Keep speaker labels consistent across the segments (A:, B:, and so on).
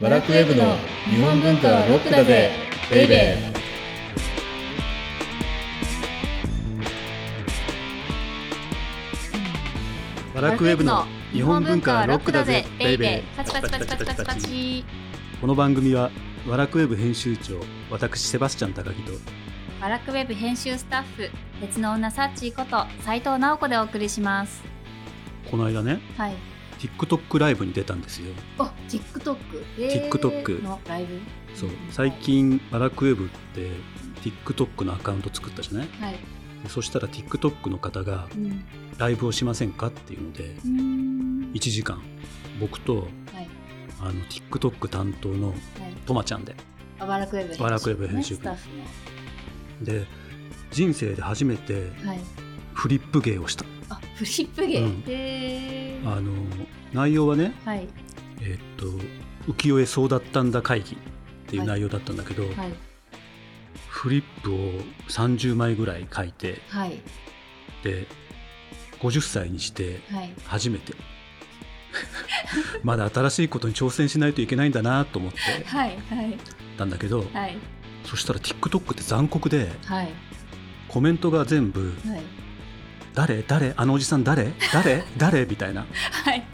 A: バラクウェブの日本文化はロックだぜベイベー
B: バ
C: バ
B: ラクウェブの日本文化はロックだぜベイベ
C: パチパチパチパチパチパ
B: ー
C: チ
B: この番組はバラクウェブ編集長私セバスチャン高木と
C: バラクウェブ編集スタッフ別の女サッチーこと斉藤直子でお送りします
B: この間ね
C: はい
B: TikTok ライブに出たんですよ
C: あ、TikTok、
B: TikTok
C: のライブ
B: そう最近バラクウェブって TikTok のアカウント作ったじゃない
C: はい、
B: でそしたら TikTok の方が
C: うん
B: ライブをしませんかっていうので
C: うーん
B: 1時間僕と
C: はい
B: あの TikTok 担当の
C: はい
B: とまちゃんで
C: あバラクウェブ編集部ね
B: バラクウェブ編集部
C: スタッフの
B: で人生で初めて
C: はい
B: フリップ芸をした
C: あ、フリップ芸、
B: うん
C: へー
B: あの内容はね
C: はい
B: えっと「浮世絵そうだったんだ会議」っていう内容だったんだけど、
C: はい
B: フリップを30枚ぐらい書いて
C: はい
B: で50歳にして
C: はい
B: 初めて まだ新しいことに挑戦しないといけないんだなと思って
C: はいはい
B: たんだけど、
C: はい
B: そしたら TikTok って残酷で
C: はい
B: コメントが全部
C: はい
B: 「誰誰あのおじさん誰誰誰?」みたいな
C: はい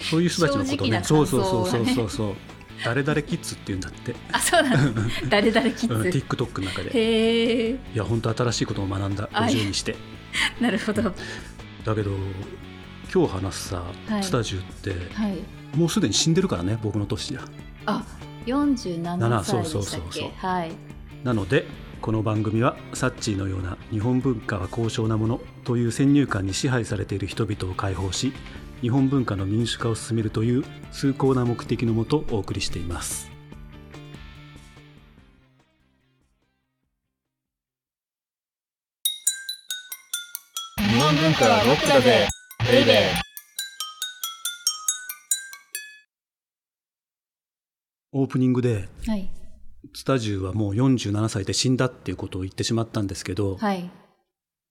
B: そういう人たちのこ
C: 正
B: と
C: 直
B: ね
C: な
B: そ
C: 感
B: うそ
C: 想
B: うそう
C: がね
B: そうそうそう「誰々キッズ」って言うんだって、
C: あ、そう なんだ誰々キ
B: うん、
C: ッズ
B: TikTok の中で。
C: へえ
B: いや本当新しいことを学んだ
C: あいや
B: 50にして
C: なるほどは
B: だけど今日話すさ、
C: はい
B: スタジオって
C: い
B: もうすでに死んでるからね僕の年や
C: あ、47歳で
B: そう
C: し
B: そう
C: た
B: そ
C: っ
B: うそう
C: けはい
B: なのでこの番組はサッチーのような日本文化は高尚なものという先入観に支配されている人々を解放し日本文化の民主化を進めるという崇高な目的のもとお送りしています
A: 日本文化はロックだぜベイベ
B: オープニングで
C: はい
B: スタジオはもう47歳で死んだっていうことを言ってしまったんですけど、
C: はい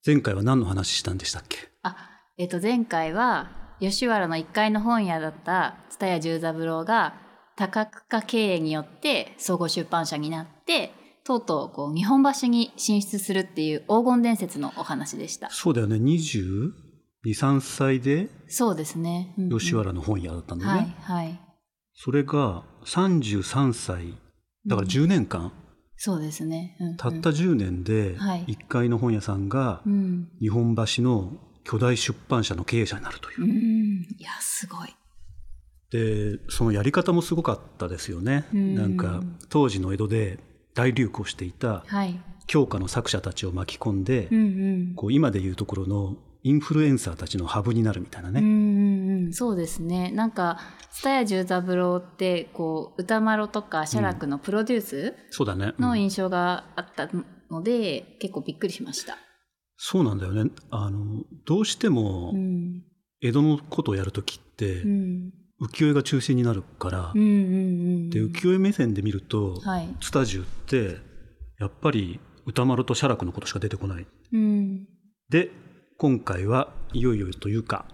B: 前回は何の話したんでしたっけ
C: あ、えっと前回は吉原の1階の本屋だった蔦屋十三郎が多角化経営によって総合出版社になってとうとうこう日本橋に進出するっていう黄金伝説のお話でした
B: そうだよね22、3歳で
C: そうですね、うんうん
B: 吉原の本屋だったんだよね、
C: はいはい
B: それが33歳だから10年間、
C: そうですね、うんうん
B: たった10年で
C: はい
B: 1階の本屋さんが
C: うん
B: 日本橋の巨大出版社の経営者になるという
C: う、んいやすごい
B: でそのやり方もすごかったですよね、
C: うん
B: なんか当時の江戸で大流行していた
C: はい
B: 教科の作者たちを巻き込んで、
C: うんうん
B: こう今でいうところのインフルエンサーたちのハブになるみたいなね、
C: うんうんうん、そうですねなんか蔦屋十三郎ってこう歌丸とか写楽のプロデュース
B: そうだね、うん
C: の印象があったので、結構びっくりしました、
B: そうなんだよねあのどうしても
C: うん
B: 江戸のことをやるときって、
C: うん、
B: 浮世絵が中心になるから、
C: うんうんうん
B: で浮世絵目線で見ると、
C: はい
B: スタジオってやっぱり歌丸と写楽のことしか出てこない
C: うん
B: で今回はいよいよというか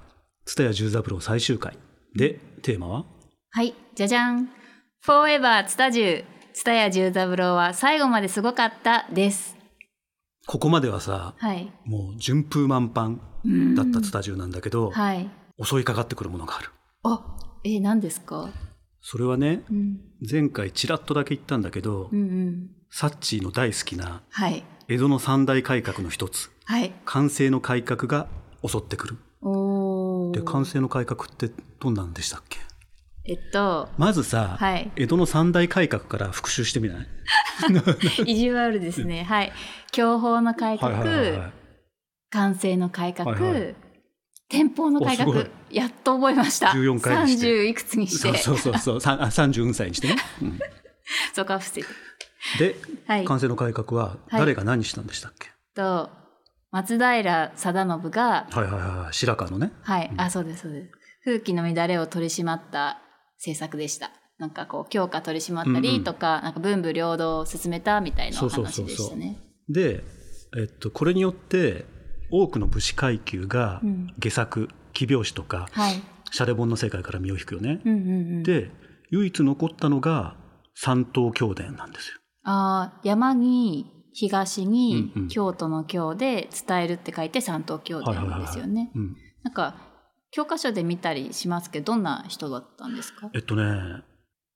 B: 蔦屋十三郎最終回でテーマは
C: はいじゃじゃん「フォーエバーツタジュツタヤ十三郎は最後まですごかった」です
B: ここまではさ
C: はい
B: もう順風満帆だったスタジオなんだけど、
C: はい
B: 襲いかかってくるものがある
C: あえ何ですか、
B: それはね
C: うん、
B: 前回ちらっとだけ言ったんだけど、
C: うんうん
B: サッチーの大好きな
C: はい
B: 江戸の三大改革の一つ
C: はい
B: 寛政の改革が襲ってくる
C: おお
B: で完成の改革ってどんなんでしたっけ
C: えっと
B: まずさ、
C: はい
B: 江戸の三大改革から復習してみない
C: 意地悪です ね。はい。享保の改革、
B: い
C: 完成の改革、
B: はいはい
C: 天保の改
B: おす
C: 革、やっと覚えました。
B: 14回にして
C: 30いくつにして、
B: そう
C: そ
B: そううそう そうさんあ34歳にしてね、うん
C: か伏せて。
B: で
C: はい。
B: 完成の改革は誰が何したんでしたっけ、
C: と松平定信が、
B: はい、はいはいはい白川のね
C: はい。あ、そうですそうです。風紀の乱れを取り締まった政策でした。なんかこう強化取り締まった
B: うんうん
C: りとか、なんか文武両道を進めたみたいな
B: そ
C: お
B: うそうそ
C: 話
B: うそう
C: でしたね。
B: で、えっと、これによって多くの武士階級が
C: うん
B: 下作奇拍子とか、
C: はい。
B: シャレ本の世界から身を引くよね、
C: うんうんうん。
B: で唯一残ったのが三島教伝なんですよ。
C: あー山に東に
B: うんうん
C: 京都の京で伝えるって書いて三島京伝なんですよね。
B: うん、
C: なんか教科書で見たりしますけどどんな人だったんですか
B: えっとね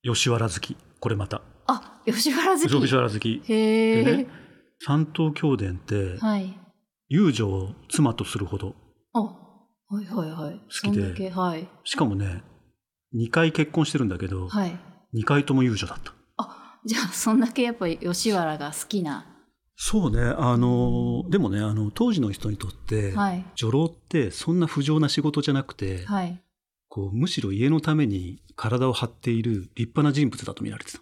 B: 吉原好きこれまた
C: あ吉原好
B: 吉
C: き
B: 原好き
C: へえ、
B: でね三島教伝って
C: はい
B: 遊女を妻とするほど
C: あはいはいはい好
B: きで
C: そんだけはい
B: しかもね2回結婚してるんだけど、
C: はい
B: 二2回とも遊女だった
C: じゃあそんだけやっぱり吉原が好きな
B: そうねあのでもねあの当時の人にとって、
C: はい
B: 女郎ってそんな不浄な仕事じゃなくて、
C: はい
B: こうむしろ家のために体を張っている立派な人物だと見られてた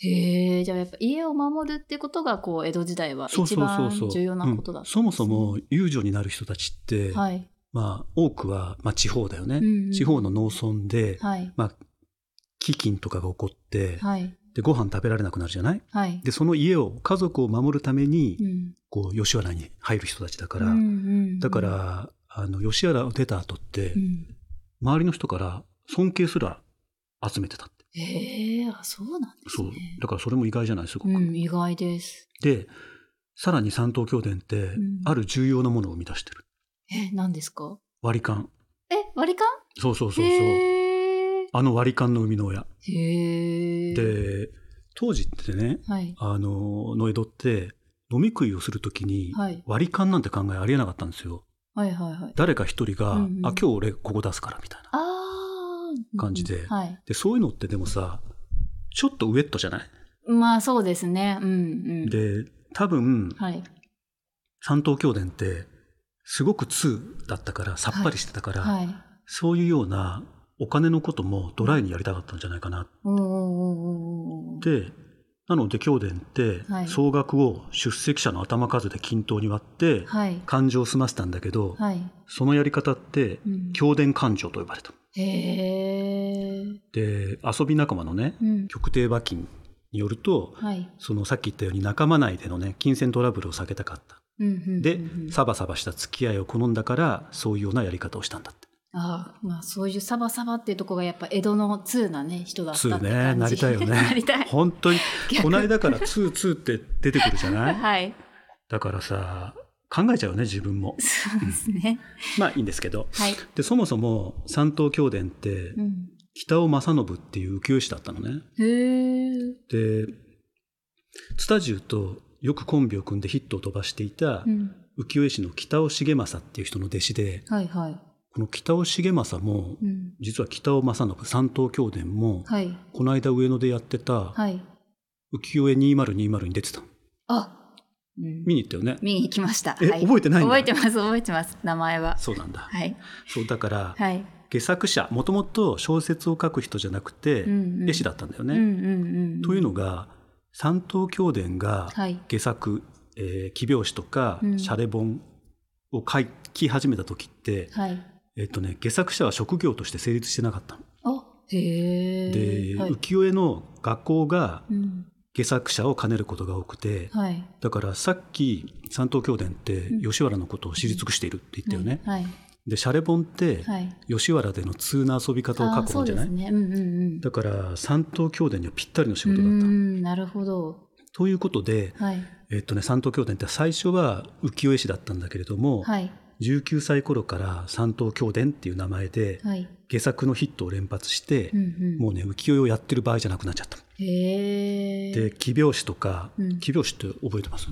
C: へえじゃあやっぱ家を守るってことがこう江戸時代は
B: そう
C: 一
B: そうそ
C: 番
B: うそう
C: 重要なことだっ
B: うん
C: た
B: そ
C: ん
B: も
C: です
B: そ
C: ね
B: も遊女になる人たちって、
C: はい
B: まあ多くは、まあ、地方だよね、
C: うんうん
B: 地方の農村で、
C: はい
B: まあ飢饉とかが起こって、
C: はい
B: でご飯食べられなくなるじゃない
C: はい
B: でその家を家族を守るために、
C: うん
B: こう吉原に入る人たちだから、
C: うんうん
B: だからあの吉原を出た後って、
C: うん
B: 周りの人から尊敬すら集めてたって
C: へえあそうなんです
B: そう
C: ね
B: だからそれも意外じゃないすごく。
C: うん意外です
B: でさらに三島教伝って、
C: ん
B: ある重要なものを生み出してる
C: え何ですか
B: 割り勘
C: え割り勘
B: そうそうそうそう
C: へえ
B: あの割り勘の生みの親
C: へえ
B: で当時ってね
C: はい
B: あのの江戸って飲み食いをするときに
C: はい
B: 割り勘なんて考えありえなかったんですよ
C: はいはいはい
B: 誰か一人が、
C: うんうん
B: あ今日俺ここ出すからみたいな
C: ああ
B: 感じで
C: はい
B: でそういうのってでもさちょっとウエットじゃない、
C: まあそうですねうんうん
B: で多分、
C: はい
B: 三島教伝ってすごく通だったからさっぱりしてたから、
C: はい
B: そういうようなお金のこともドライにやりたかったんじゃないかなっ
C: おーおーおーおーおー
B: てなので教伝って
C: はい
B: 総額を出席者の頭数で均等に割って
C: はい
B: 勘定を済ませたんだけど、
C: はい
B: そのやり方って
C: うん
B: 教伝勘定と呼ばれた。
C: へえ
B: で遊び仲間のね
C: うん
B: 極定馬金によると
C: はい
B: そのさっき言ったように仲間内でのね金銭トラブルを避けたかった。
C: うんうんうん
B: で
C: うん
B: サバサバした付き合いを好んだからそういうようなやり方をしたんだって。
C: ああまあそういうサバサバっていうとこがやっぱ江戸の通なね人だったって
B: 通
C: 感じ
B: ねなりたいよね
C: なりたい
B: 本当に
C: 逆
B: この間から「通通」って出てくるじゃない
C: はい
B: だからさ考えちゃうよね自 分も
C: そうですね
B: まあいいんですけど
C: はい、
B: でそもそも三島教伝って
C: うん、
B: 北尾正信っていう浮世絵師だったのね
C: へえ
B: でスタジオとよくコンビを組んでヒットを飛ばしていた
C: うん
B: 浮世絵師の北尾重政っていう人の弟子で
C: はいはい
B: この北尾重政も
C: うん
B: 実は北尾正信三島教伝も
C: はい
B: この間上野でやってた
C: はい
B: 浮世絵2020に出てたの
C: あ、うん、
B: 見に行ったよね
C: 見に行きました
B: え、
C: はい、
B: 覚えてないんだ
C: 覚えてます覚えてます名前は
B: そうなんだ
C: はい
B: そうだから、
C: はい
B: 下作者もともと小説を書く人じゃなくて、
C: うんうん
B: 絵師だったんだよ
C: う
B: ね。
C: んうんうん
B: というのが三島教伝が
C: はい
B: 下作、えー奇拍子とか、
C: うん
B: シャレ本を書き始めた時って、
C: はい
B: えっとね、下作者は職業として成立してなかったの。
C: あへえ
B: で、
C: はい、
B: 浮世絵の学校が
C: うん
B: 下作者を兼ねることが多くて、
C: はい
B: だからさっき三島教伝って
C: ん
B: 吉原のことを知り尽くしているって言ったよね。
C: はい
B: でシャレ本って、
C: はい
B: 吉原での通な遊び方を書
C: あー
B: く
C: そ
B: もん
C: う
B: じゃ
C: で
B: ない、
C: すねうんうんうん
B: だから三島教伝にはぴったりの仕事
C: う
B: だった。
C: んなるほど
B: ということで、
C: はい
B: えっとね、三島教伝って最初は浮世絵師だったんだけれども、
C: はい
B: 19歳頃から三島教伝っていう名前で
C: はい
B: 下作のヒットを連発して
C: う、ん
B: も
C: う
B: うね浮世絵をやってる場合じゃなくなっちゃった。
C: んへえ
B: で奇拍子とか、
C: うん
B: 奇拍子って覚えてます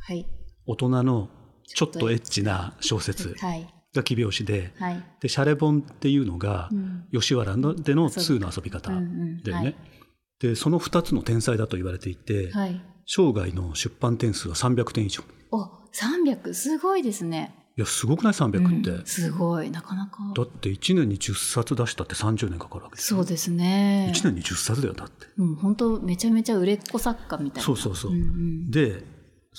C: はい
B: 大人のちょ
C: ちょ
B: っ
C: っ
B: と
C: と
B: エッチな小説
C: はい
B: が奇拍子で
C: はい
B: でシャレ本っていうのが
C: うん
B: 吉原のでの通の遊び方。
C: うんう
B: だ
C: ん
B: よ
C: は
B: ね。
C: い
B: でその2つの天才だと言われていて、
C: はい
B: 生涯の出版点数は300点以上
C: お300すごいですね
B: いやすごくない300って、
C: うんすごいなかなか
B: だって1年に10冊出したって30年かかるわけ
C: そう
B: で
C: ですね
B: 1年に10冊だよだって
C: うん本当めちゃめちゃ売れっ子作家みたいな
B: そうそうそう、
C: うんうん
B: で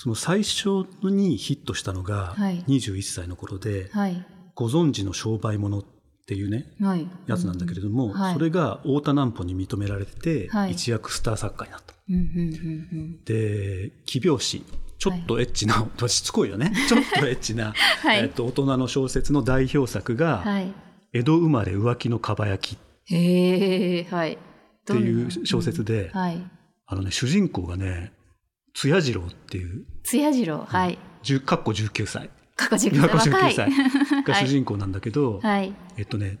B: その最初にヒットしたのが
C: はい
B: 21歳の頃で「
C: はい
B: ご存知の商売物」っていうね
C: はい
B: やつなんだけれど
C: う
B: も、
C: んはい
B: それが太田南畝に認められて、
C: はい
B: 一躍スター作家になった
C: うんうんうんうん
B: で奇拍子ちょっとエッチな、しつこいよねちょっとエッチな、
C: はい
B: えっと大人の小説の代表作が「
C: はい
B: 江戸生まれ浮気のかば焼き」
C: へえはい
B: っていう小説で、
C: はい。
B: あのね、主人公がね、つや次郎っていう、
C: つや次郎、はい。
B: 10かっこ19歳。
C: 過去19歳。
B: 今こ そ
C: 若い。
B: 19歳が主 人公なんだけど、
C: はい。
B: えっとね、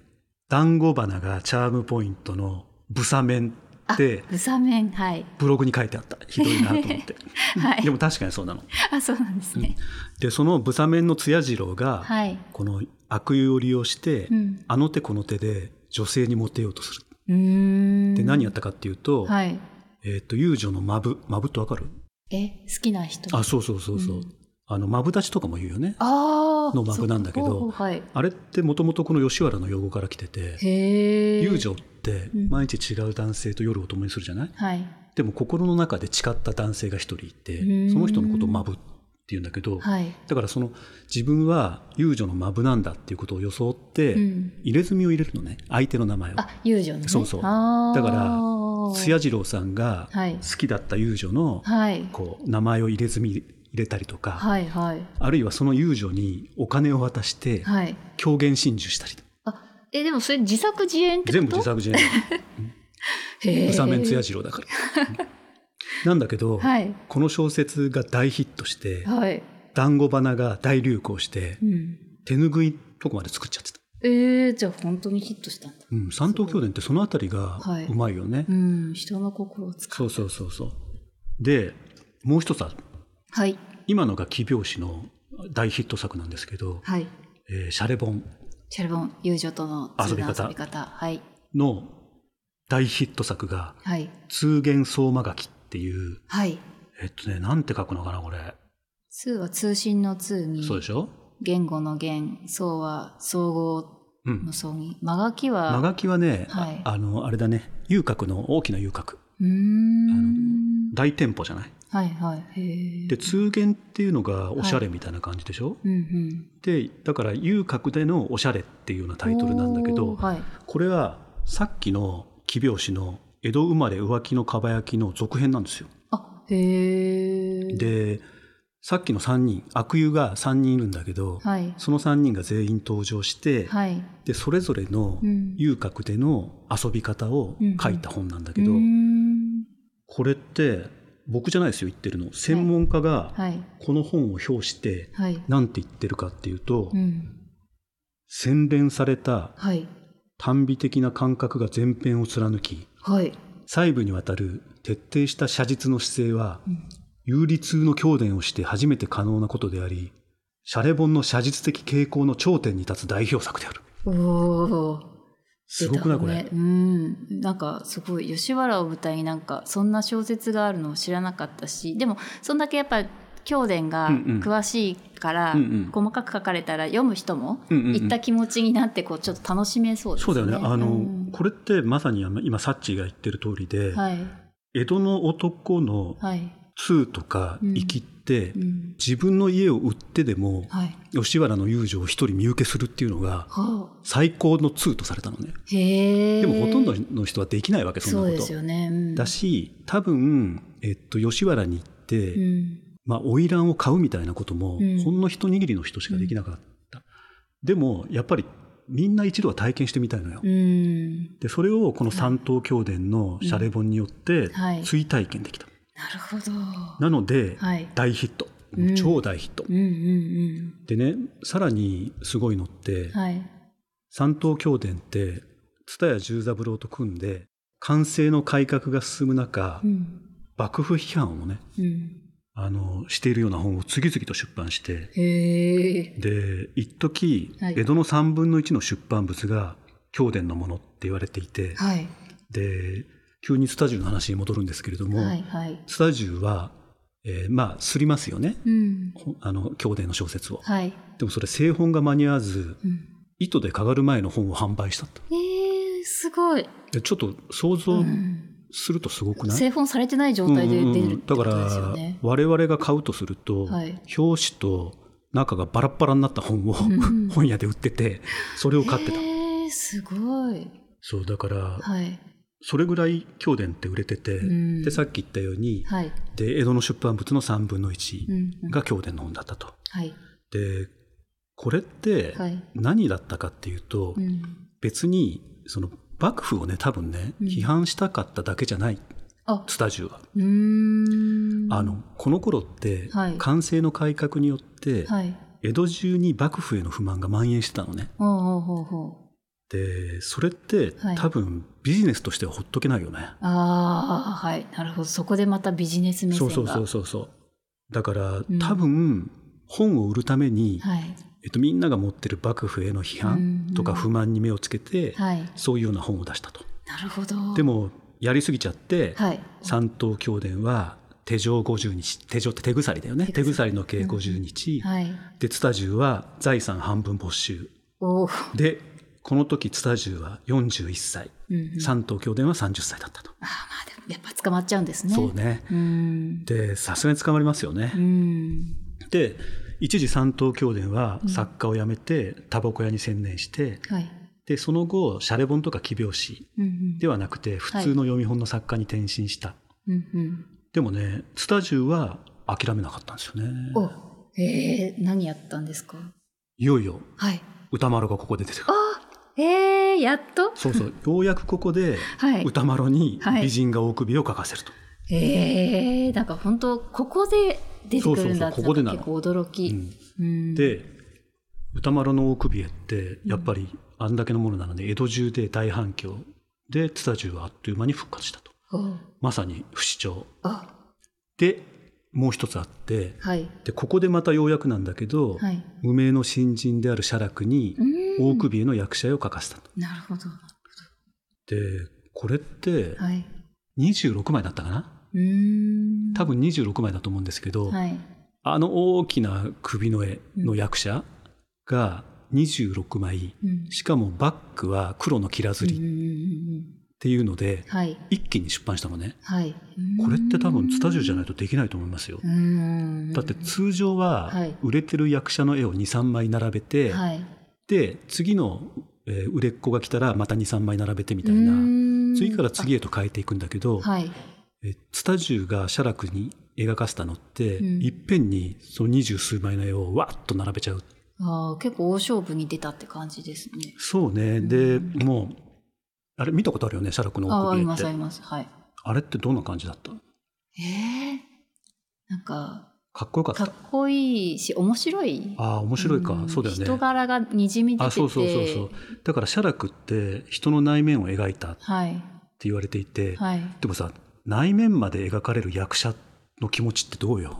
B: 団子花がチャームポイントのブサ面って
C: ブサメン、はい。
B: ブログに書いて あった。ひどいなと思って。
C: はい
B: でも確かにそうなの。
C: あ、そうなんですね。
B: で、そのブサ面のつや次郎が、
C: はい。
B: この悪友を利用して、
C: うん。
B: あの手この手で女性にモテようとする。
C: うーん。
B: で、何やったかっていうと、
C: はい。
B: えっと、遊女のマブ。マブってわかる
C: え、好きな人。
B: あ、そうそうそうそう。
C: うん
B: あの、マブ立ちとかも言うよね。
C: あー
B: のマブなんだけど
C: そっかほうほうはい。
B: あれってもともとこの吉原の用語から来てて、
C: へえ。
B: 遊女って
C: うん
B: 毎日違う男性と夜を共にするじゃない、
C: はい。
B: でも心の中で誓った男性が一人いて
C: うん
B: その人のことをマブって言うんだけど、
C: はい。
B: だからその自分は遊女のマブなんだっていうことを装って、
C: うん。
B: 入れ墨を入れるのね相手の名前を。
C: あ、遊女のね。
B: そうそう
C: あ
B: だから
C: つ
B: 津
C: や
B: 屋次郎さんが
C: はい
B: 好きだった遊女の
C: はい。
B: こう名前を入れ墨入れたりとか、
C: はいはい。
B: あるいはその遊女にお金を渡して
C: はい。
B: 狂言心中したり
C: あ、え、でもそれ自作自演ってこと
B: 全部自 作自演
C: へー
B: 宇佐面津屋次郎だから。なんだけど、
C: はい。
B: この小説が大ヒットして
C: はい。
B: 団子花が大流行して
C: うん。
B: 手ぬぐいとこまで作っちゃってた、
C: えー、じゃあ本当にヒットしたんだ。
B: うん、三島教伝ってそのあたりが
C: はいう
B: まいよね、
C: うん、人の心をつか
B: そうそうそうそうでもう一つある
C: はい。
B: 今のが奇拍子の大ヒット作なんですけど
C: はい。
B: 「えーシャレボン
C: チャルボン、友情との
B: 遊び方
C: 遊び方。はい。」
B: の大ヒット作が
C: はい。
B: 「通言相馬書き」っていう
C: はい。
B: えっとねなんて書くのかなこれ、
C: 通は通信の通に、
B: そうでしょ
C: 言語の言、層は総合
B: うん
C: の層に、間書きは、
B: 間書きはね、あ
C: はい
B: あのあれだね遊郭の大きな遊郭
C: うーん。
B: 大店舗じゃない
C: はいはい。へえ。
B: で通言っていうのがおしゃれみたいな感じでしょ、
C: うんうん。
B: でだから遊郭でのおしゃれっていうようなタイトルなんだけ
C: お
B: ど
C: ーはい。
B: これはさっきの奇拍子の江戸生まれ浮気のかば焼きの続編なんですよ。
C: あ、へえ。、
B: でさっきの3人悪友が3人いるんだけど、
C: はい。
B: その3人が全員登場して、
C: はい。
B: でそれぞれの
C: うん
B: 遊郭での遊び方を書いた本なんだけど、
C: うーん
B: これって僕じゃないですよ言ってるの専門家が
C: はい。
B: この本を表して
C: はい。
B: なんて言ってるかっていうと、
C: うん。
B: 洗練された
C: はい。
B: 短美的な感覚が前編を貫き
C: はい。
B: 細部にわたる徹底した写実の姿勢は、
C: うん
B: 有利通の教伝をして初めて可能なことでありシャレ本の写実的傾向の頂点に立つ代表作である
C: おお。
B: すごくないこ
C: 出
B: れ、
C: たねうん。なんかすごい吉原を舞台になんかそんな小説があるのを知らなかったし、でもそんだけやっぱ教伝が
B: うんうん
C: 詳しいから、
B: うんうん
C: 細かく書かれたら読む人も
B: うんうんうん
C: 行った気持ちになってこうちょっと楽しめそうですね。
B: そうだよねあの、
C: うん
B: これってまさにあの今サッチーが言ってる通りで、
C: はい
B: 江戸の男の
C: はい。
B: 通とか
C: うん
B: 生きって、
C: うん
B: 自分の家を売ってでも、
C: はい。
B: 吉原の遊女を一人身請けするっていうの
C: は
B: が
C: あ。
B: 最高の通とされたのね
C: へえ。
B: でもほとんどの人はできないわけそ
C: そ
B: ん
C: う
B: な
C: で
B: こ
C: す
B: と。
C: よね。うん
B: だし多分、えっと、吉原に行って、
C: うん
B: まあ花魁を買うみたいなことも、
C: うん
B: ほんの一握りの人しかできなかった、でもやっぱりみんな一度は体験してみたいのよ。
C: うん。
B: でそれをこの三島教伝のシャレ本によって
C: はい
B: 追体験できた。
C: なるほど。
B: なので、
C: はい。
B: 大ヒット、
C: うん
B: 超大ヒット。
C: うんうん
B: でねさらにすごいのって、
C: うん。はい。
B: 三島教伝って蔦屋十三郎と組んで完成の改革が進む中、
C: うん。
B: 幕府批判をね
C: うん。
B: あのしているような本を次々と出版して
C: へえ。
B: で一時、
C: はい
B: 江戸の3分の1の出版物が教伝のものって言われていて、
C: はい。
B: で急にスタジオの話に戻るんですけれども、
C: はいはい。
B: スタジオは、えーまあすりますよね
C: うん。
B: ほあの教伝の小説を。
C: はい。
B: でもそれ製本が間に合わず
C: うん、
B: 糸でかがる前の本を販売したと
C: えー、すごい。
B: でちょっと想像
C: うん
B: するとすごくない、
C: 製本されてない状態で
B: うんうんう
C: 出
B: ん
C: るってことですよね。
B: だから我々が買うとすると、
C: はい
B: 表紙と中がバラッバラになった本を
C: ん
B: 本屋で売っててそれを買ってた、
C: えー、すごい。
B: そうだから
C: はい。
B: それぐらい京伝って売れてて、
C: ん
B: でさっき言ったように、
C: はい。
B: で江戸の出版物の3分の
C: う
B: 1
C: んうん、
B: が京伝の本だったと。
C: はい。
B: でこれって
C: はい。
B: 何だったかっていうと、
C: うん。
B: 別にその幕府をね多分ね、
C: うん
B: 批判したかっただけじゃない
C: あ
B: スタジオは、
C: うーん
B: あのこの頃って、
C: はい
B: 寛政の改革によって、
C: はい
B: 江戸中に幕府への不満が蔓延してたのね
C: ほうほうほうほ
B: でそれって、
C: はい
B: 多分ビジネスとしてはほっとけないよね
C: うああはいなるほどそこでまたビジネス目線
B: そ
C: が
B: うそうそうそうそうだから、
C: ん
B: 多分本を売るために、
C: はい
B: えっと、みんなが持ってる幕府への批判とか
C: うんうん
B: 不満に目をつけて、
C: はい
B: そういうような本を出したと。
C: なるほど
B: でもやりすぎちゃって、
C: はい
B: 三島教伝は手錠50日手錠って手鎖だよね
C: 手
B: 手
C: 鎖
B: 鎖の計50日、
C: はい
B: でツタジュは財産半分没収
C: おお、
B: でこの時ツタジュは41歳
C: うんうん、あ
B: 三島教伝は30歳だったと、
C: あまあでもやっぱ捕まっちゃうんですね
B: そうね
C: うーん
B: でさすがに捕まりますよ
C: うー
B: ね、
C: ん
B: で一時三島教伝は
C: うん
B: 作家を辞めてタバコ屋に専念して
C: はい
B: でその後シャレ本とか奇病誌
C: うんうん
B: ではなくて普通の読み本の作家に転身した、
C: うんうん
B: でもねツタジュは諦めなかったんですよね
C: おえー、何やったんですか
B: いよいよ
C: はい
B: 歌丸がここで出てくる
C: えー、やっと
B: そ うそうようやくここで
C: はい
B: 歌丸に
C: はい
B: 美人が大首を書かせると、
C: えー、なんか本当ここで出てくるんだって
B: そうそうそうここでな
C: なん
B: の
C: か結構驚き、
B: う
C: う
B: ん
C: ん
B: で歌丸の大首絵ってやっぱりあんだけのものなので江戸中で大反響で津田中はあっという間に復活したと
C: お
B: まさに不死鳥
C: あ
B: でもう一つあって
C: はい
B: でここでまたようやくなんだけど、
C: はい
B: 無名の新人である写楽に
C: うーん
B: 大首絵の役者絵を書かせたと。
C: なるほど
B: でこれって
C: はい
B: 26枚だったかな
C: うーん
B: 多分26枚だと思うんですけど、
C: はい
B: あの大きな首の絵の役者が26枚、
C: うん
B: しかもバックは黒のきらず
C: う
B: りっ
C: んうんうんうん
B: ていうので、
C: はい
B: 一気に出版したのね。
C: はい
B: これって多分スタジオじゃ
C: ない
B: ないとできないと思いますよ。だって
C: つ
B: 通常は
C: はい
B: 売れてる役者の絵を2、3枚並べて、
C: はい
B: で、次の、えー売れっ子が来たらまた2、3枚並べてみ
C: み
B: たいな、次から次へと変えていくんだけど、
C: はい
B: えスタジュが写楽に描かせたのって、
C: うん
B: いっぺんにその二十数枚の絵をわっと並べちゃう
C: あー結構大勝負に出たって感じですね
B: そうねで、もうあれ見たことあるよね写楽の
C: ああ
B: 奥
C: り
B: び
C: ま
B: って
C: すあ
B: あ
C: りますはい
B: れってどんな感じだった
C: えー、なんか
B: かっこよかっ
C: か
B: た
C: っこいいし面白い
B: ああ面白いか、
C: ん
B: そうだよね
C: 人柄がにじみ出てて
B: あそうそうそうそうだから写楽って人の内面を描いたって
C: はい
B: 言われていて、
C: はい
B: でもさ内面まで描かれる役者の気持ちってどうよ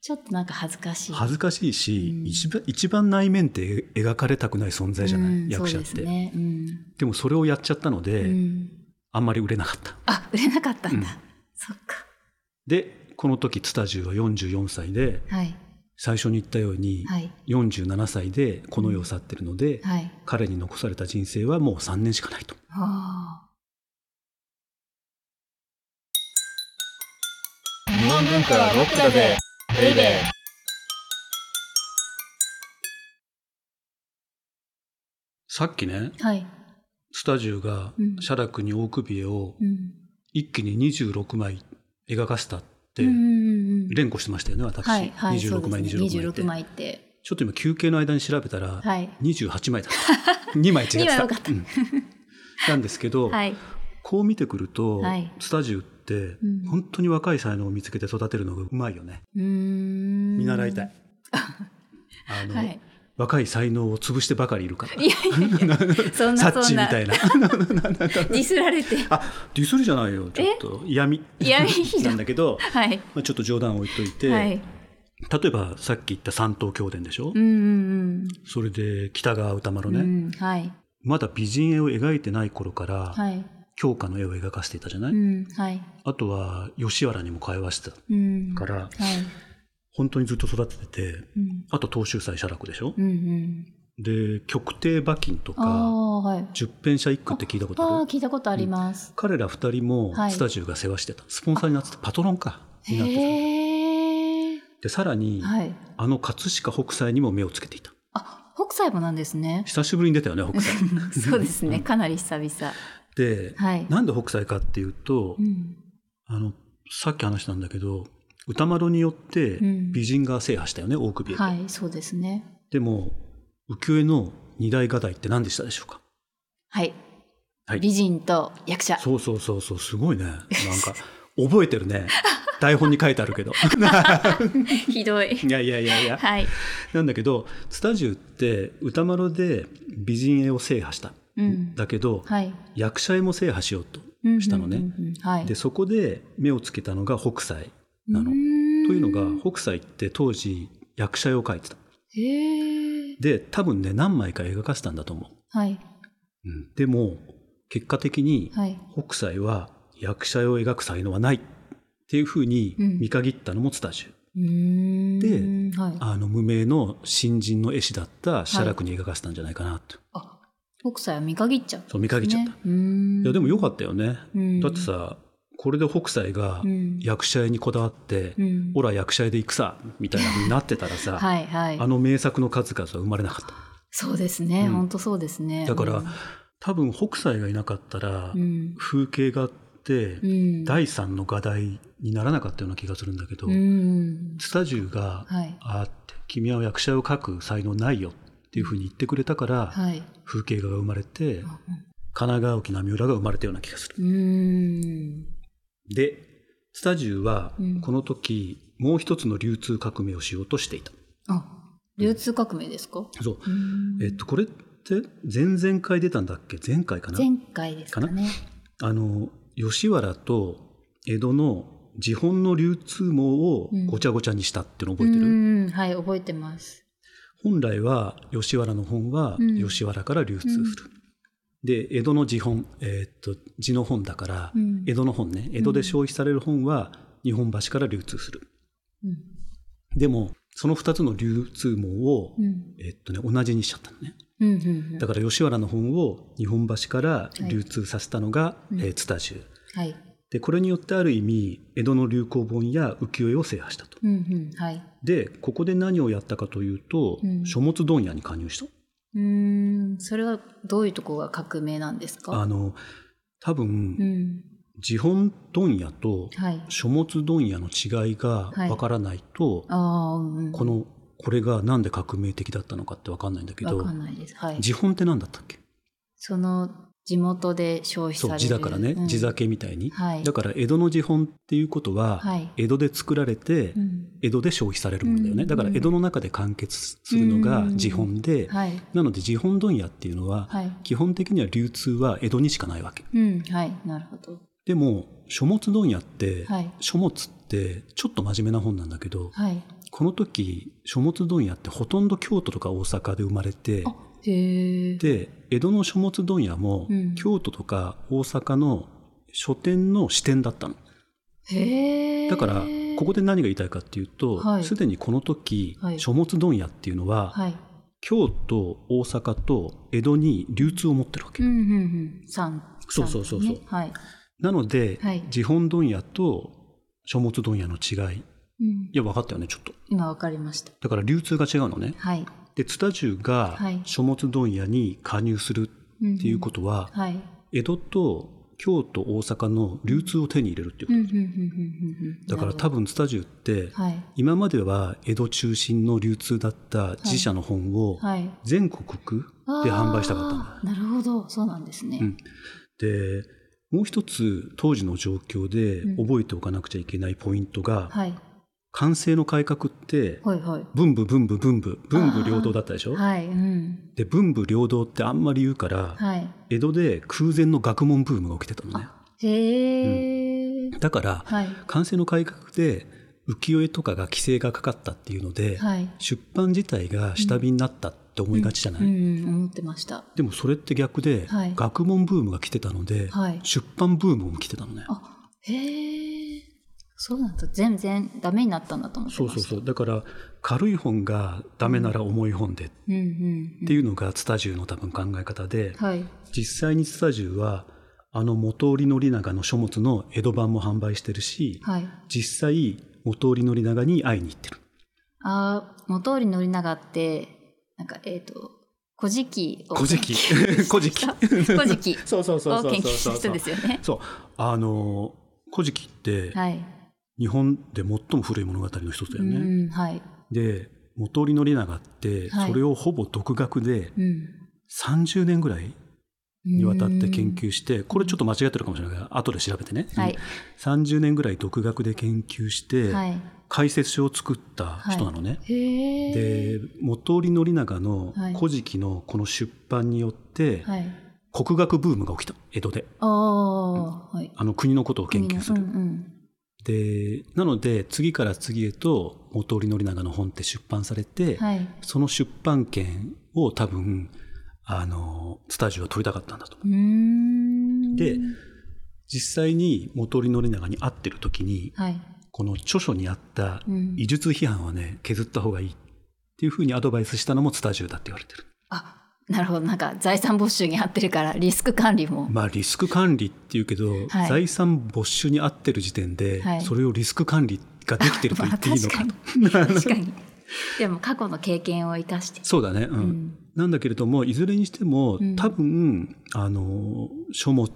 C: ちょっとなんか恥ずかしい
B: 恥ずかしいし、
C: うん
B: 一番一番内面って描かれたくない存在じゃない、
C: うん
B: 役者っ
C: そうで
B: て
C: すねうん
B: でもそれをやっちゃったので、
C: うん
B: あんまり売れなかった。
C: あ売れなかったんだ、
B: うん
C: そっか
B: で、この時、ツタジュは44歳で、
C: はい
B: 最初に言ったように、
C: はい
B: 47歳でこの世を去ってるので、
C: はい
B: 彼に残された人生はもう3年しかないと。
C: あ
A: 日本文化はロックだぜベイベー
B: さっきね、
C: ーはい
B: ツタジュが
C: うん
B: 写楽に大首絵を
C: うん
B: 一気に26枚描かせたって、
C: うんうんうんうん
B: 連呼してましたよね、私。
C: はいはいそう
B: 26枚、
C: ですね
B: 26枚って。
C: 26枚って
B: ちょっと今休憩の間に調べたら、
C: はい
B: 28枚 だった。2枚違ってた。
C: 二枚多かった
B: うんなんですけど、
C: はい
B: こう見てくると、
C: はい
B: スタジオって
C: うん
B: 本当に若い才能を見つけて育てるのがうまいよね。
C: うーん
B: 見習 いたい。あの、
C: はい
B: 若い才能を潰してばかりいる から。
C: いやいや いやそんな
B: サッ
C: そ
B: チ
C: ん
B: み
C: な
B: たいな。
C: ディスられて
B: あ、ディスるじゃないよ。ちょっと闇
C: 嫌味だ
B: なんだけど、
C: はい
B: まあちょっと冗談を置いといて、
C: はい
B: 例えばさっき言った三島教伝でしょ。
C: うんうん
B: それで北川歌
C: う
B: 丸
C: ん、うん、
B: ね、
C: はい
B: まだ美人絵を描いてない頃から、
C: はい
B: 鏡花の絵を描かせていたじゃない。
C: うんはい
B: あとは吉原にも会話してた
C: うん
B: から、
C: はい
B: 本当にずっと育ててて、
C: うん
B: あと東秀斎写楽でしょ、
C: うんうん
B: で極低馬琴と
C: あ
B: か
C: あはい
B: 十編写一句って聞いたこと
C: あ
B: あ
C: あ
B: る
C: 聞いたことあります、
B: 彼ら二人も
C: はい
B: スタジオが世話してた、スポンサーになってたパトロンかになって
C: へえ
B: たでさらに、
C: はい
B: あの葛飾北斎にも目をつけていた
C: あ北斎もなんです ね
B: 久しぶりに出たよね北斎
C: そうですね
B: うん
C: かなり久々
B: で、
C: はい
B: なんで北斎かっていうと、
C: うん
B: あのさっき話したんだけど歌丸によって
C: うん
B: 美人が制覇したよね、大首絵で、
C: はいそうですね
B: でも浮世絵の二大画題って何でしたでしょうか
C: はい
B: はい
C: 美人と役者
B: そうそうそうそうすごいねなん か覚えてるね台本に書いてある けど
C: ひどい
B: いやいやいやいや
C: はい
B: なんだけどスタジオって歌丸で美人絵を制覇した、
C: うん
B: だけど、
C: はい
B: 役者絵も制覇しようとしたのね、
C: うんうんうんうんはい
B: でそこで目をつけたのが北斎なの
C: うーん
B: というのが北斎って当時役者絵を描いてた
C: へえ
B: で多分ね何枚か描かせたんだと思
C: はい
B: う、うんでも結果的に
C: はい
B: 北斎は役者絵を描く才能はないっていうふうに
C: うん
B: 見限ったのもスタジオ、
C: うーんはい
B: あの無名の新人の絵師だった写楽に描かせたんじゃないかなと、
C: あ北斎は見限っちゃう
B: そう見限っちゃった、
C: ねうーん
B: いやでもよかったよね、
C: うん
B: だってさこれで北斎が
C: うん
B: 役者絵にこだわって
C: う
B: 「
C: ん
B: ほら役者絵で行くさ」みたいな風になってたら さ、
C: はいはい
B: あの名作の数々は生まれなかった
C: そうですね、
B: うん
C: 本当そうですね
B: だから、多分北斎がいなかったら、
C: うん
B: 風景画って
C: うん
B: 第三の画題にならなかったような気がするんだけど、
C: うん
B: スタジオが「
C: はい
B: あーって君は役者を描く才能ないよ」っていうふうに言ってくれたから、
C: はい
B: 風景画が生まれて神奈川沖浪浦が生まれたような気がする。
C: うん
B: でスタジオは
C: うん
B: この時、もう一つの流通革命をしようとしていた。
C: あ流通革命ですか、
B: そう
C: うん
B: えっと、これって前々回出たんだっけ前回かな
C: 前回ですかね
B: あの吉原と江戸の地本の流通網をごちゃごちゃにしたっていうの覚えてる、
C: うんはい覚えてます
B: 本来は吉原の本は
C: うん
B: 吉原から流通する、で江戸の地本、えーっと地の本だから、
C: うん
B: 江戸の本ね江戸で消費される本は日本橋から流通する
C: うん
B: でもその2つの流通網を、
C: うん
B: えーっとね、同じにしちゃったのね
C: うんうんう
B: だ
C: ん
B: から吉原の本を日本橋から流通させたのが、
C: い
B: えー津田中
C: はい
B: でこれによってある意味江戸の流行本や浮世絵を制覇したと。
C: うんうんはい
B: でここで何をやったかというと、
C: うん
B: 書物問屋に加入した。
C: うーんそれはどういうとこが革命なんですか
B: あの多分、
C: うん
B: 地本問屋と
C: はい
B: 書物問屋の違いがわからないと、
C: ああうん
B: このこれがなんで革命的だったのかってわかんないんだけ
C: わ
B: ど
C: かんないですはい
B: 地本って何だったっけ
C: その地元で消費さ
B: そ
C: れ
B: う
C: る
B: 地だからね、
C: うん
B: 地酒みたいに、
C: はい
B: だから江戸の地本っていうことは、
C: はい
B: 江戸で作られて、
C: うん
B: 江戸で消費されるものだよね、
C: うん
B: だから江戸の中で完結するのが地本で、
C: はい
B: なので地本問屋っていうのは、
C: はい
B: 基本的には流通は江戸にしかないわけ
C: うんはいなるほど
B: でも書物問屋って、
C: はい
B: 書物ってちょっと真面目な本なんだけど
C: はい
B: この時書物問屋ってほとんど京都とか大阪で生まれて
C: あへえ
B: で江戸の書物問屋も、
C: うん
B: 京都とか大阪の書店の支店だったの
C: へえ
B: だからここで何が言いたいかっていうと
C: はい
B: すで、にこの時、
C: はい
B: 書物問屋っていうのは、
C: はい
B: 京都大阪と江戸に流通を持ってるわけ、
C: うんうんうん三
B: そうそうそうそ
C: 三
B: う
C: ねはい
B: なので、
C: はい
B: 地本問屋と書物問屋の違いい
C: うん
B: や分かったよねちょっと
C: 今わかりました
B: だから流通が違うのね
C: はい
B: で津田中が
C: はい
B: 書物問屋に加入するっていうことは、
C: はい
B: 江戸と京都大阪の流通を手に入れるっていう
C: うん
B: こと、
C: うんうんうんうんうん
B: だから
C: なる
B: 多分津田中って、
C: ほどはい
B: 今までは江戸中心の流通だった自社の本を
C: はい
B: 全国区で販売したかったんだ、
C: あーなるほどそうなんですね
B: うんでもう一つ当時の状況で
C: うん
B: 覚えておかなくちゃいけないポイントが、
C: はい
B: 完成の改革って
C: はいはい
B: 文武文武文武文武両道だったでしょ、
C: はいうん
B: で文武両道ってあんまり言うから、
C: はい
B: 江戸で空前の学問ブームが起きてたのね
C: へえ
B: だから、
C: はい
B: 完成の改革で浮世絵とかが規制がかかったっていうので、
C: はい
B: 出版自体が下火になったって思いがちじゃない、
C: うん、思ってました。
B: でもそれって逆で、
C: はい
B: 学問ブームが来てたので、
C: はい
B: 出版ブームも来てたのね
C: あ、へえ。そうなんだ。全然ダメになったんだと思って
B: そ
C: ま
B: う
C: した。
B: そうそうだから軽い本がダメなら重い本でっ
C: う。うんうん、うん。
B: ていうのがスタジオの多分考え方で、
C: はい。
B: 実際にスタジオはあの元織宣長の書物の江戸版も販売してるし、
C: はい。
B: 実際元織宣長に会いに行ってる
C: あー、元織宣長って、なんか、えっ、と、古事記を。
B: 古 事記古事記
C: 古事記
B: そうそう
C: を研究した人ですよね。
B: そうあの「古事記」って
C: はい。
B: 日本で最も古い物語の一つだよね、
C: うん、はい。
B: で元織宣長って
C: はい
B: それをほぼ独学で
C: うん。
B: 30年ぐらいにわたって研究してこれちょっと間違ってるかもしれないから後で調べてね、
C: はい
B: 30年ぐらい独学で研究して、
C: はい
B: 解説書を作った人なのね。
C: へえ
B: で元利宣長の
C: はい
B: 「古事記」のこの出版によって、
C: はい
B: 国学ブームが起きた江戸で
C: ああはい
B: あの国のことを研究する
C: う。んうん
B: でなので次から次へと元利宣長の本って出版されて、
C: はい
B: その出版権を多分あのスタジオは取りたかったんだと思う。
C: うーん
B: で実際に元利宣長に会ってる時に
C: はい
B: この著書にあった
C: うん
B: 医術批判はね削った方がいいっていうふうにアドバイスしたのもスタジオだって言われてる。
C: あなるほどなんか財産没収に合ってるからリスク管理も
B: まあリスク管理っていうけど、
C: はい
B: 財産没収に合ってる時点で、
C: はい
B: それをリスク管理ができてると言っていいのかと。
C: まあ確かに確かにでも過去の経験を生かして
B: そうだね、うん
C: うん
B: なんだけれどもいずれにしても、
C: うん
B: 多分あの書物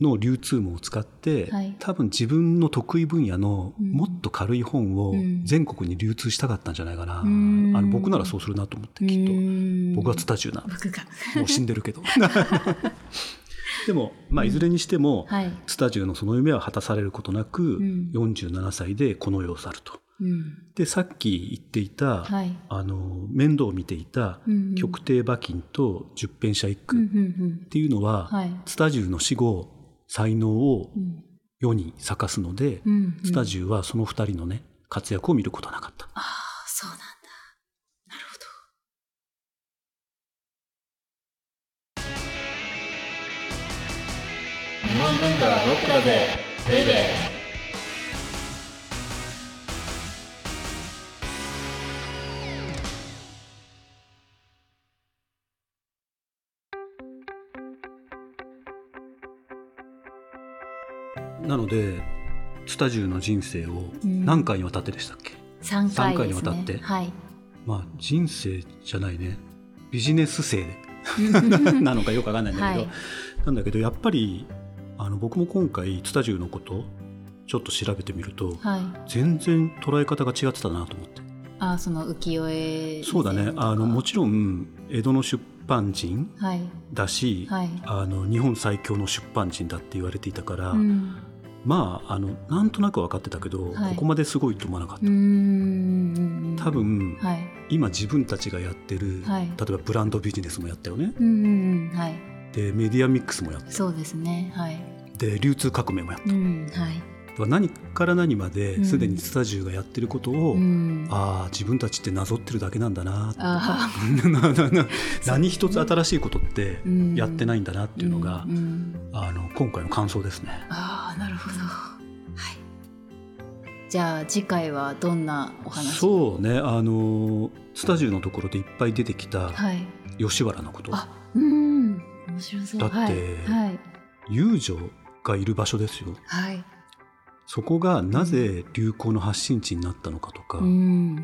B: の流通網を使って、
C: はい
B: 多分自分の得意分野の
C: うん
B: もっと軽い本を
C: うん
B: 全国に流通したかったんじゃないかな、
C: うん
B: あの僕ならそうするなと思ってきっと、僕はツタ ジュな
C: 僕が
B: もう死んでるけど でも、まあ、いずれにしても、
C: はい、
B: ツタジュのその夢は果たされることなく、
C: ん
B: 47歳でこの世を去ると。
C: うん、
B: でさっき言っていた、
C: はい
B: あの面倒を見ていた
C: うんうん
B: 極低馬琴と十返者一
C: うんう
B: 句っ
C: ん
B: ていうのは、
C: はい
B: スタジュの死後才能を
C: うん
B: 世に咲かすので、
C: うんうん
B: スタジュはその二人のね活躍を見ることはなかった。
C: ああそうなんだなるほど
A: 日本文化はロックだぜベイベー
B: なのでスタジュの人生を
C: うん
B: 何回にわたってでしたっけ、
C: 三回
B: 三回
C: で
B: に
C: す
B: わ
C: ね
B: たって
C: はい
B: まあ人生じゃないねビジネス生
C: は
B: なのかよくわかんないんだけど、
C: い
B: なんだけどやっぱりあの僕も今回スタジュのことちょっと調べてみると、
C: はい
B: 全然捉え方が違ってたなと思って
C: ああその浮世絵
B: そうだねあのもちろん江戸の出版人
C: ろんはい
B: だし、
C: はい
B: あの日本最強の出版人だって言われていたから、
C: うん
B: まああのなんとなく分かってたけど、
C: はい
B: ここまですごいと思わなかっ
C: う
B: た、
C: ーん
B: 多分、
C: はい
B: 今自分たちがやってる、
C: はい
B: 例えばブランドビジネスもやったよね
C: うんうんうんはい
B: でメディアミックスもやっ
C: そうですねはい
B: てで流通革命もやっ
C: うんはい
B: た何から何ま
C: う
B: で
C: ん
B: すでにスタジオがやってることを、
C: うん
B: ああ自分たちってなぞってるだけなんだなって
C: あ
B: ななな何一つ新しいことって
C: うん
B: やってないんだなっていうのが、
C: んん
B: あの今回の感想ですね。
C: ああなるほどはいじゃあ次回はどんなお話う
B: そうねあのスタジオのところでいっぱい出てきた
C: はい
B: 吉原のこと、
C: あうん面白そう
B: だって
C: はいはい、
B: 遊女がいる場所ですよ
C: はい、
B: そこがなぜ流行の発信地になったのかとか、
C: うん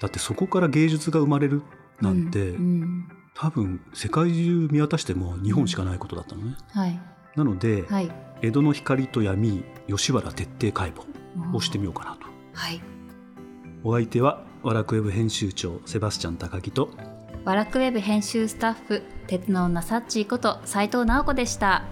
B: だってそこから芸術が生まれるなんて、
C: うんうん
B: 多分世界中見渡しても日本しかないことだったのね。
C: はい
B: なので、
C: はい
B: 江戸の光と闇吉原徹底解剖をしてみようかなと。
C: はい
B: お相手はワラクウェブ編集長セバスチャン高木と
C: ワラクウェブ編集スタッフ鉄の女サッチーこと斉藤直子でした。